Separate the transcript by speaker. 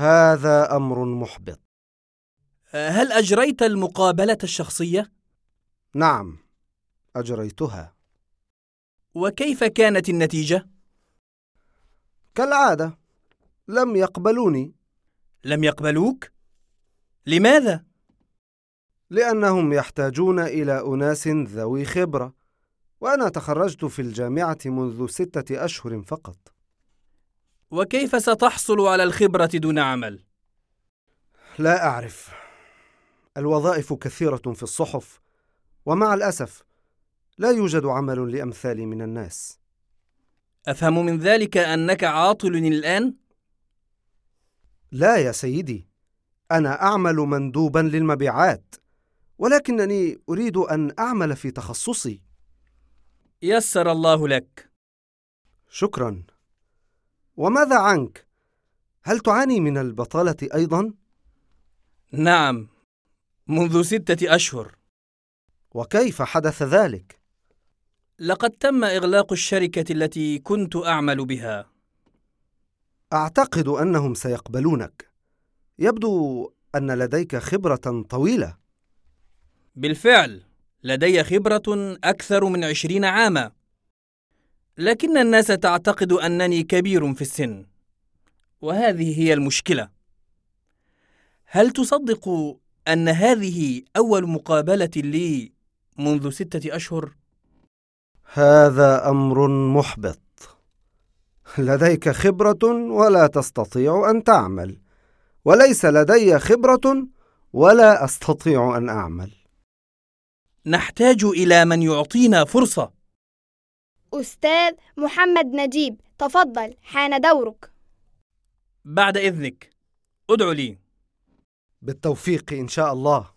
Speaker 1: هذا أمر محبط
Speaker 2: آه، هل أجريت المقابلة الشخصية؟
Speaker 1: نعم أجريتها
Speaker 2: وكيف كانت النتيجة؟
Speaker 1: كالعادة لم يقبلوني
Speaker 2: لم يقبلوك؟ لماذا؟
Speaker 1: لأنهم يحتاجون إلى أناس ذوي خبرة وأنا تخرجت في الجامعة منذ ستة أشهر فقط
Speaker 2: وكيف ستحصل على الخبرة دون عمل؟
Speaker 1: لا أعرف الوظائف كثيرة في الصحف ومع الأسف لا يوجد عمل لأمثالي من الناس
Speaker 2: أفهم من ذلك أنك عاطل الآن؟
Speaker 1: لا يا سيدي أنا أعمل مندوبا للمبيعات ولكنني أريد أن أعمل في تخصصي
Speaker 2: يسر الله لك
Speaker 1: شكرا وماذا عنك؟ هل تعاني من البطالة أيضا؟
Speaker 2: نعم منذ ستة أشهر
Speaker 1: وكيف حدث ذلك؟
Speaker 2: لقد تم إغلاق الشركة التي كنت أعمل بها
Speaker 1: أعتقد أنهم سيقبلونك يبدو أن لديك خبرة طويلة
Speaker 2: بالفعل لدي خبرة أكثر من عشرين عاما لكن الناس تعتقد أنني كبير في السن وهذه هي المشكلة هل تصدق أن هذه أول مقابلة لي منذ ستة أشهر؟
Speaker 1: هذا أمر محبط لديك خبرة ولا تستطيع أن تعمل وليس لدي خبرة ولا أستطيع أن أعمل
Speaker 2: نحتاج إلى من يعطينا فرصة
Speaker 3: أستاذ محمد نجيب تفضل حان دورك
Speaker 2: بعد إذنك ادعو لي
Speaker 1: بالتوفيق إن شاء الله